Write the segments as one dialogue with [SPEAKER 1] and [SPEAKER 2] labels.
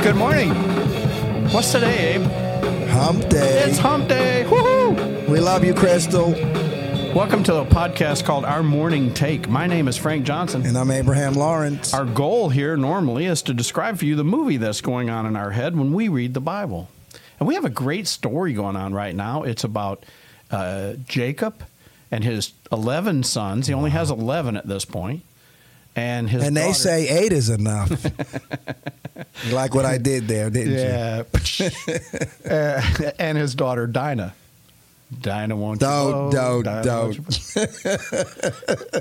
[SPEAKER 1] Good morning. What's today, Abe?
[SPEAKER 2] Hump Day.
[SPEAKER 1] It's hump day. Woohoo!
[SPEAKER 2] We love you, Crystal.
[SPEAKER 1] Welcome to a podcast called Our Morning Take. My name is Frank Johnson.
[SPEAKER 2] And I'm Abraham Lawrence.
[SPEAKER 1] Our goal here normally is to describe for you the movie that's going on in our head when we read the Bible. And we have a great story going on right now. It's about uh, Jacob and his 11 sons. He only has 11 at this point. And his
[SPEAKER 2] and they
[SPEAKER 1] daughter-
[SPEAKER 2] say eight is enough. you like what I did there, didn't you?
[SPEAKER 1] Yeah. Uh, and his daughter Dinah. Dinah won't you
[SPEAKER 2] Don't,
[SPEAKER 1] blow,
[SPEAKER 2] don't,
[SPEAKER 1] Dinah,
[SPEAKER 2] don't.
[SPEAKER 1] you blow.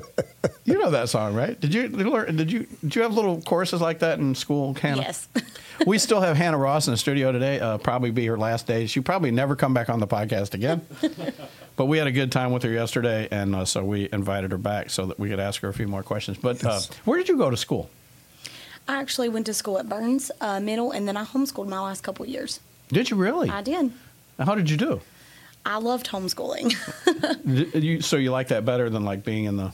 [SPEAKER 1] You know that song, right? Did you learn? Did you did you have little courses like that in school, Hannah?
[SPEAKER 3] Yes.
[SPEAKER 1] we still have Hannah Ross in the studio today. Uh, probably be her last day. She probably never come back on the podcast again. but we had a good time with her yesterday, and uh, so we invited her back so that we could ask her a few more questions. But uh,
[SPEAKER 2] Yes.
[SPEAKER 1] where did you go to school?
[SPEAKER 3] I actually went to school at Burns uh, Middle, and then I homeschooled my last couple years.
[SPEAKER 1] Did you really?
[SPEAKER 3] I did.
[SPEAKER 1] How did you do?
[SPEAKER 3] I loved homeschooling.
[SPEAKER 1] Did you, so you like that better than like being in the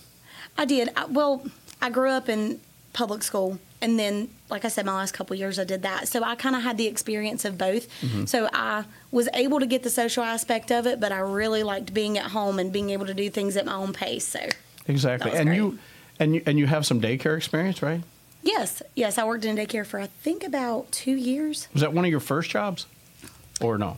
[SPEAKER 3] I did. I, well, I grew up in public school, and then, like I said, my last couple years I did that. So I kind of had the experience of both.
[SPEAKER 1] Mm-hmm.
[SPEAKER 3] So I was able to get the social aspect of it, but I really liked being at home and being able to do things at my own pace. So,
[SPEAKER 1] exactly.
[SPEAKER 3] That was
[SPEAKER 1] And
[SPEAKER 3] great.
[SPEAKER 1] you and you and you have some daycare experience, right?
[SPEAKER 3] yes, yes, I worked in daycare for I think about two years.
[SPEAKER 1] Was that one of your first jobs, or no?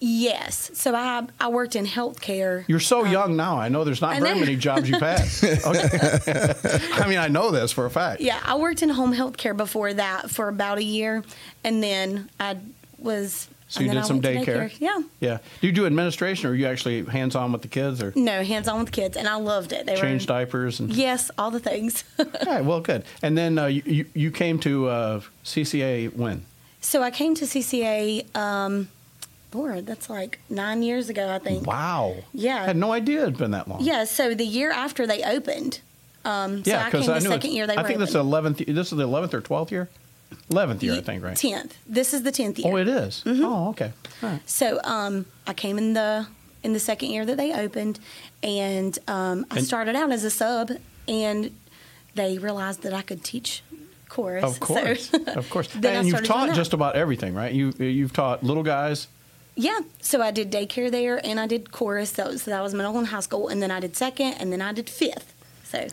[SPEAKER 3] Yes. So I I worked in healthcare.
[SPEAKER 1] You're so young now. I know there's not
[SPEAKER 3] Um, I
[SPEAKER 1] very
[SPEAKER 3] know.
[SPEAKER 1] many jobs you've had. Okay. I mean, I know this for a fact.
[SPEAKER 3] Yeah, I worked in home health care before that for about a year, and then I was.
[SPEAKER 1] So
[SPEAKER 3] and
[SPEAKER 1] you
[SPEAKER 3] then
[SPEAKER 1] did
[SPEAKER 3] I
[SPEAKER 1] some
[SPEAKER 3] went to
[SPEAKER 1] daycare?
[SPEAKER 3] Yeah.
[SPEAKER 1] Yeah. Do you do administration, or are you actually hands-on with the kids, or
[SPEAKER 3] No, hands on with kids, and I loved it. They
[SPEAKER 1] change
[SPEAKER 3] were
[SPEAKER 1] diapers? And
[SPEAKER 3] yes, all the things.
[SPEAKER 1] all right, well, good. And then uh, you you- you came to uh, CCA when?
[SPEAKER 3] so I came to CCA. Um, Lord, that's like nine years ago, I think.
[SPEAKER 1] Wow.
[SPEAKER 3] Yeah.
[SPEAKER 1] had no idea it'd been that long.
[SPEAKER 3] Yeah. So the year after they opened. Um, so
[SPEAKER 1] Yeah,
[SPEAKER 3] I came
[SPEAKER 1] because
[SPEAKER 3] the
[SPEAKER 1] I, knew.
[SPEAKER 3] second
[SPEAKER 1] it's-
[SPEAKER 3] year they
[SPEAKER 1] I
[SPEAKER 3] were
[SPEAKER 1] think this is
[SPEAKER 3] open.
[SPEAKER 1] eleventh. This is the eleventh or twelfth year. Eleventh year, I think, right?
[SPEAKER 3] Tenth. This is the tenth year. Mm-hmm.
[SPEAKER 1] Oh, it is? Oh, okay. All right.
[SPEAKER 3] So um, I came in the in the second year that they opened, and um, I
[SPEAKER 1] And-
[SPEAKER 3] started out as a sub, and they realized that I could teach chorus.
[SPEAKER 1] Of
[SPEAKER 3] So-
[SPEAKER 1] course, of course.
[SPEAKER 3] Then I
[SPEAKER 1] and you've
[SPEAKER 3] started doing
[SPEAKER 1] taught
[SPEAKER 3] that.
[SPEAKER 1] just about everything, right? You you've taught little guys.
[SPEAKER 3] yeah. So I did daycare there, and I did chorus. So, so that was middle and high school, and then I did second, and then I did fifth. So a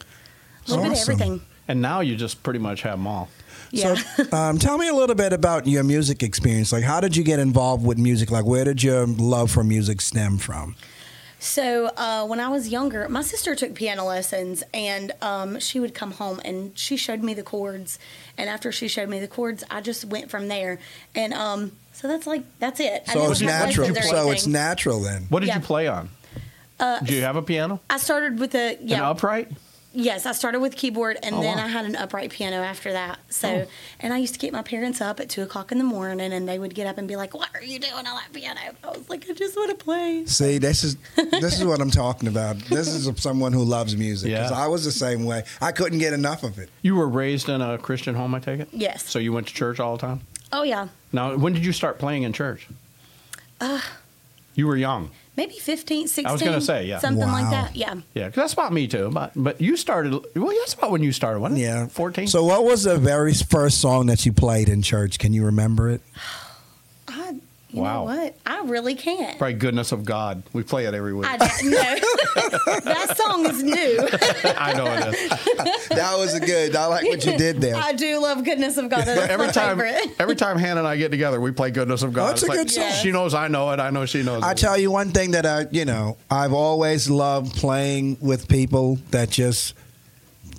[SPEAKER 3] little bit of
[SPEAKER 2] Awesome.
[SPEAKER 3] everything.
[SPEAKER 1] And now you just pretty much have them all.
[SPEAKER 3] Yeah.
[SPEAKER 2] So, um, tell me a little bit about your music experience. Like, how did you get involved with music? Like, where did your love for music stem from?
[SPEAKER 3] So uh, when I was younger, my sister took piano lessons, and um, she would come home and she showed me the chords. And after she showed me the chords, I just went from there. And um, so that's like that's it.
[SPEAKER 2] So
[SPEAKER 3] I
[SPEAKER 2] it's
[SPEAKER 3] never had
[SPEAKER 2] natural.
[SPEAKER 3] lessons or
[SPEAKER 2] So it's
[SPEAKER 3] anything.
[SPEAKER 2] natural then.
[SPEAKER 1] What did
[SPEAKER 3] Yeah.
[SPEAKER 1] you play on? Uh, Do you have a piano?
[SPEAKER 3] I started with a
[SPEAKER 1] An
[SPEAKER 3] yeah.
[SPEAKER 1] upright?
[SPEAKER 3] Yes, I started with keyboard, and
[SPEAKER 1] Oh,
[SPEAKER 3] then
[SPEAKER 1] wow.
[SPEAKER 3] I had an upright piano after that. So
[SPEAKER 1] Oh.
[SPEAKER 3] and I used to get my parents up at two o'clock in the morning, and they would get up and be like, "What are you doing on that piano?" I was like, "I just want to play."
[SPEAKER 2] See, this is this is what I'm talking about. This is someone who loves music. 'Cause
[SPEAKER 1] Yeah.
[SPEAKER 2] I was the same way. I couldn't get enough of it.
[SPEAKER 1] You were raised in a Christian home, I take it?
[SPEAKER 3] Yes.
[SPEAKER 1] So you went to church all the time?
[SPEAKER 3] Oh yeah,
[SPEAKER 1] Now, when did you start playing in church? Uh, you were young.
[SPEAKER 3] maybe 15, 16.
[SPEAKER 1] was gonna say, yeah.
[SPEAKER 3] something
[SPEAKER 2] Wow.
[SPEAKER 3] like that. Yeah.
[SPEAKER 1] Yeah, 'cause that's about me too. But, but you started, well, that's about when you started, wasn't it?
[SPEAKER 2] Yeah.
[SPEAKER 1] 14?
[SPEAKER 2] So, what was the very first song that you played in church? Can you remember it?
[SPEAKER 3] I, you
[SPEAKER 1] Wow.
[SPEAKER 3] know what? I really can't.
[SPEAKER 1] Probably Goodness of God. We play it every week.
[SPEAKER 3] I don't know. that song is new.
[SPEAKER 1] I know it is.
[SPEAKER 2] That was a good. I like what you did there.
[SPEAKER 3] I do love Goodness of God. That's
[SPEAKER 1] every
[SPEAKER 3] my
[SPEAKER 1] time
[SPEAKER 3] favorite.
[SPEAKER 1] every time Hannah and I get together, we play Goodness of God.
[SPEAKER 2] That's a good
[SPEAKER 3] song.
[SPEAKER 1] She knows I know it. I know she knows.
[SPEAKER 2] I
[SPEAKER 1] it.
[SPEAKER 2] tell you one thing that I, you know, I've always loved playing with people that just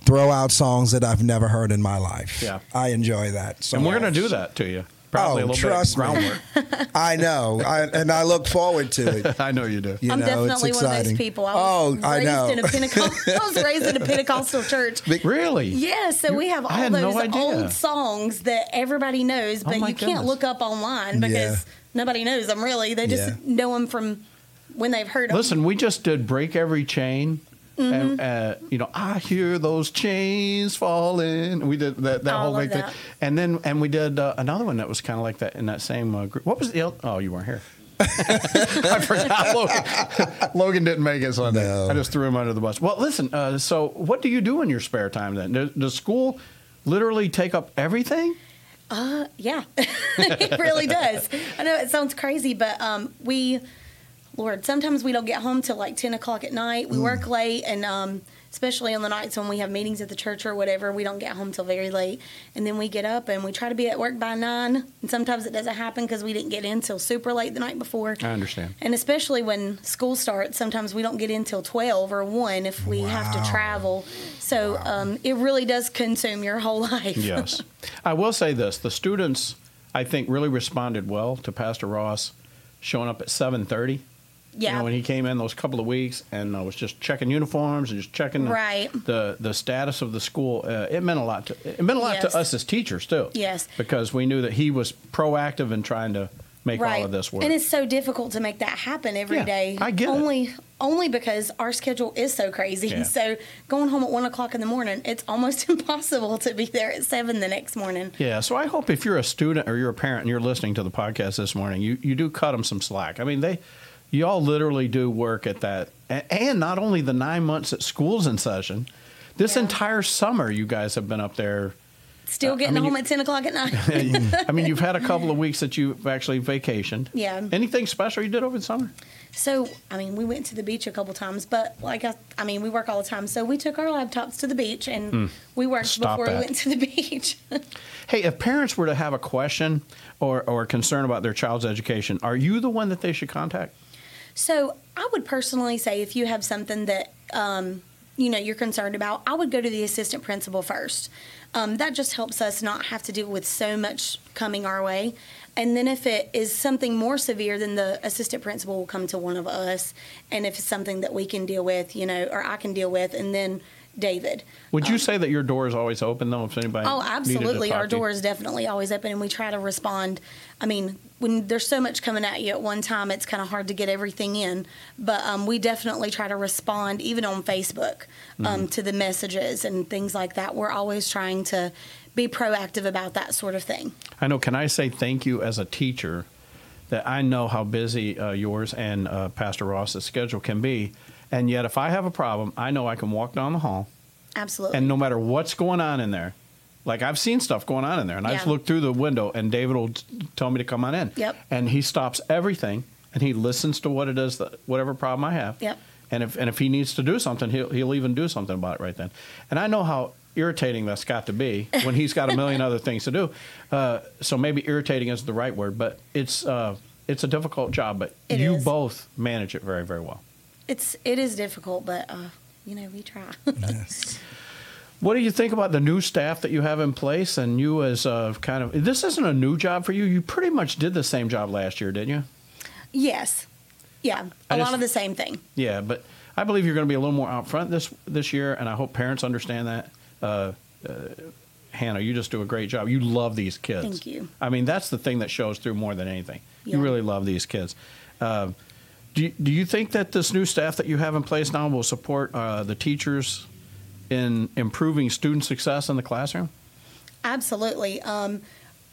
[SPEAKER 2] throw out songs that I've never heard in my life.
[SPEAKER 1] Yeah.
[SPEAKER 2] I enjoy that. So
[SPEAKER 1] and we're
[SPEAKER 2] much.
[SPEAKER 1] going to do that to you. Probably a
[SPEAKER 2] Oh,
[SPEAKER 1] little
[SPEAKER 2] trust me.
[SPEAKER 1] bit of groundwork.
[SPEAKER 2] I know, I, and I look forward to it.
[SPEAKER 1] I know you do.
[SPEAKER 2] You
[SPEAKER 3] I'm
[SPEAKER 2] know,
[SPEAKER 3] definitely
[SPEAKER 2] it's
[SPEAKER 3] one of those
[SPEAKER 2] exciting.
[SPEAKER 3] people. I
[SPEAKER 2] oh,
[SPEAKER 3] was
[SPEAKER 2] I
[SPEAKER 3] raised
[SPEAKER 2] know.
[SPEAKER 3] in a Pentecost. I was raised in a Pentecostal church.
[SPEAKER 1] Really?
[SPEAKER 3] Yeah, so we have
[SPEAKER 1] I
[SPEAKER 3] all
[SPEAKER 1] had no
[SPEAKER 3] those
[SPEAKER 1] idea. Oh
[SPEAKER 3] old songs that everybody knows, but
[SPEAKER 1] my
[SPEAKER 3] you
[SPEAKER 1] goodness.
[SPEAKER 3] can't look up online because
[SPEAKER 2] Yeah.
[SPEAKER 3] nobody knows them really. They just
[SPEAKER 2] Yeah.
[SPEAKER 3] know them from when they've heard them.
[SPEAKER 1] Listen, we just did break every chain.
[SPEAKER 3] Mm-hmm.
[SPEAKER 1] And uh, you know, I hear those chains falling. We did that, that
[SPEAKER 3] I
[SPEAKER 1] whole
[SPEAKER 3] love
[SPEAKER 1] big thing,
[SPEAKER 3] that.
[SPEAKER 1] and then and we did uh, another one that was kind of like that in that same uh, group. What was the? oth- Oh, you weren't here. I forgot. Logan, Logan didn't make it Sunday.
[SPEAKER 2] No.
[SPEAKER 1] I just threw him under the bus. Well, listen. Uh, so, what do you do in your spare time then? Does, does school literally take up everything?
[SPEAKER 3] Uh, yeah, it really does. I know it sounds crazy, but um, we, Lord, sometimes we don't get home till like ten o'clock at night.
[SPEAKER 1] Mm.
[SPEAKER 3] We work late, and um, especially on the nights when we have meetings at the church or whatever, we don't get home till very late. And then we get up and we try to be at work by nine. And sometimes it doesn't happen because we didn't get in till super late the night before.
[SPEAKER 1] I understand.
[SPEAKER 3] And especially when school starts, sometimes we don't get in till twelve or one if we have
[SPEAKER 2] Wow.
[SPEAKER 3] to travel. So um, it really does consume your whole life.
[SPEAKER 1] yes. I will say this: the students, I think, really responded well to Pastor Ross showing up at seven thirty.
[SPEAKER 3] yeah.
[SPEAKER 1] You know, when he came in those couple of weeks and uh, was just checking uniforms and just checking the-
[SPEAKER 3] Right.
[SPEAKER 1] the, the status of the school, uh, it meant a lot to it meant a lot
[SPEAKER 3] Yes.
[SPEAKER 1] to us as teachers too.
[SPEAKER 3] Yes.
[SPEAKER 1] because we knew that he was proactive in trying to make all of this work.
[SPEAKER 3] And it's so difficult to make that happen every
[SPEAKER 1] Yeah,
[SPEAKER 3] day.
[SPEAKER 1] I get it.
[SPEAKER 3] only only because our schedule is so crazy.
[SPEAKER 1] Yeah.
[SPEAKER 3] So going home at one o'clock in the morning, it's almost impossible to be there at seven the next morning.
[SPEAKER 1] Yeah, so I hope if you're a student or you're a parent and you're listening to the podcast this morning, you, you do cut them some slack. I mean, they y'all literally do work at that, A- and not only the nine months that school's in session, this
[SPEAKER 3] Yeah.
[SPEAKER 1] entire summer you guys have been up there.
[SPEAKER 3] Still getting
[SPEAKER 1] Uh, mean,
[SPEAKER 3] home
[SPEAKER 1] you-
[SPEAKER 3] at ten o'clock at night.
[SPEAKER 1] I mean, you've had a couple of weeks that you've actually vacationed.
[SPEAKER 3] Yeah.
[SPEAKER 1] Anything special you did over the summer?
[SPEAKER 3] so I mean, we went to the beach a couple times, but like I, I mean, we work all the time. So we took our laptops to the beach and we worked
[SPEAKER 1] Hmm. Stop
[SPEAKER 3] before
[SPEAKER 1] that.
[SPEAKER 3] we went to the beach.
[SPEAKER 1] Hey, if parents were to have a question or, or concern about their child's education, are you the one that they should contact?
[SPEAKER 3] So I would personally say if you have something that um, you know you're concerned about, I would go to the assistant principal first. Um, that just helps us not have to deal with so much coming our way. And then if it is something more severe, then the assistant principal will come to one of us. And if it's something that we can deal with, you know, or I can deal with, and then David.
[SPEAKER 1] Would you say that your door is always open though? If anybody
[SPEAKER 3] Um, Oh,
[SPEAKER 1] needed to
[SPEAKER 3] absolutely.
[SPEAKER 1] talk
[SPEAKER 3] Our
[SPEAKER 1] to you?
[SPEAKER 3] door is definitely always open, and we try to respond. I mean, when there's so much coming at you at one time, it's kind of hard to get everything in. But um, we definitely try to respond, even on Facebook, um,
[SPEAKER 1] Mm-hmm.
[SPEAKER 3] to the messages and things like that. We're always trying to be proactive about that sort of thing.
[SPEAKER 1] I know. Can I say thank you as a teacher that I know how busy uh, yours and uh, Pastor Ross's schedule can be, and yet if I have a problem, I know I can walk down the hall,
[SPEAKER 3] Absolutely.
[SPEAKER 1] and no matter what's going on in there, like I've seen stuff going on in there, and I just
[SPEAKER 3] Yeah.
[SPEAKER 1] look through the window, and David will t- tell me to come on in.
[SPEAKER 3] Yep.
[SPEAKER 1] And he stops everything, and he listens to what it is that whatever problem I have.
[SPEAKER 3] Yep.
[SPEAKER 1] And if and if he needs to do something, he'll he'll even do something about it right then. And I know how irritating that's got to be when he's got a million other things to do. Uh, so maybe irritating is the right word, but it's uh, it's a difficult job. But
[SPEAKER 3] It
[SPEAKER 1] you
[SPEAKER 3] is.
[SPEAKER 1] both manage it very very well.
[SPEAKER 3] it's it is difficult, but uh, you know we try.
[SPEAKER 2] Yes.
[SPEAKER 1] What do you think about the new staff that you have in place and you as uh, kind of this isn't a new job for you. You pretty much did the same job last year, didn't you?
[SPEAKER 3] yes.
[SPEAKER 1] I
[SPEAKER 3] Yeah. A
[SPEAKER 1] just-
[SPEAKER 3] lot of the same thing.
[SPEAKER 1] Yeah, but I believe you're going to be a little more out front this this year, and I hope parents understand that. Uh, uh, Hannah, you just do a great job. You love these kids.
[SPEAKER 3] Thank you.
[SPEAKER 1] I mean, that's the thing that shows through more than anything. You
[SPEAKER 3] Yeah.
[SPEAKER 1] really love these kids. Um, do you, do you think that this new staff that you have in place now will support uh, the teachers in improving student success in the classroom?
[SPEAKER 3] Absolutely. Um,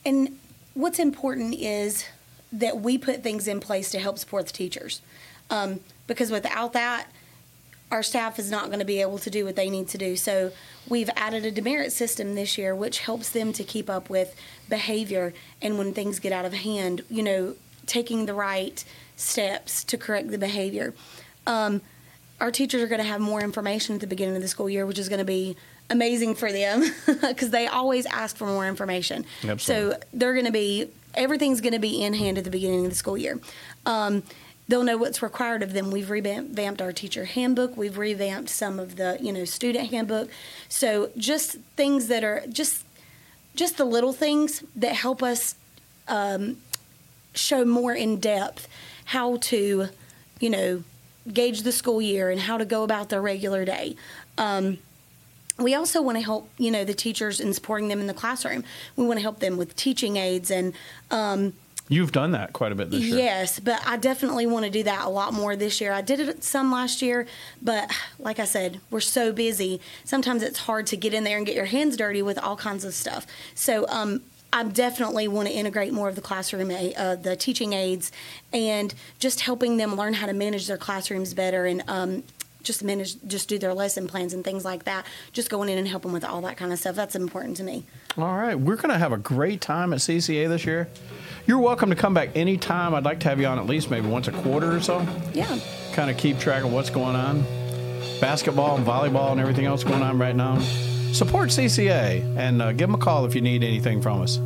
[SPEAKER 3] and what's important is that we put things in place to help support the teachers. Um, because without that, our staff is not going to be able to do what they need to do. So we've added a demerit system this year, which helps them to keep up with behavior and when things get out of hand, you know, taking the right steps to correct the behavior Um, our teachers are going to have more information at the beginning of the school year, which is going to be amazing for them because they always ask for more information.
[SPEAKER 1] Absolutely.
[SPEAKER 3] So they're going to be everything's going to be in hand at the beginning of the school year. Um, they'll know what's required of them. We've revamped our teacher handbook. We've revamped some of the you know student handbook. So just things that are just just the little things that help us um, show more in depth how to, you know, gauge the school year and how to go about their regular day. Um, we also want to help, you know, the teachers in supporting them in the classroom. We want to help them with teaching aids and um,
[SPEAKER 1] You've done that quite a bit this year.
[SPEAKER 3] Yes, but I definitely want to do that a lot more this year. I did it some last year, but like I said, we're so busy. Sometimes it's hard to get in there and get your hands dirty with all kinds of stuff. So um, I definitely want to integrate more of the classroom, a- uh, the teaching aids, and just helping them learn how to manage their classrooms better and um, just manage, just do their lesson plans and things like that. Just going in and helping with all that kind of stuff. That's important to me.
[SPEAKER 1] All right. We're going to have a great time at CCA this year. You're welcome to come back anytime. I'd like to have you on at least maybe once a quarter or so.
[SPEAKER 3] Yeah.
[SPEAKER 1] Kind of keep track of what's going on. Basketball and volleyball and everything else going on right now. Support CCA and uh, give them a call if you need anything from us.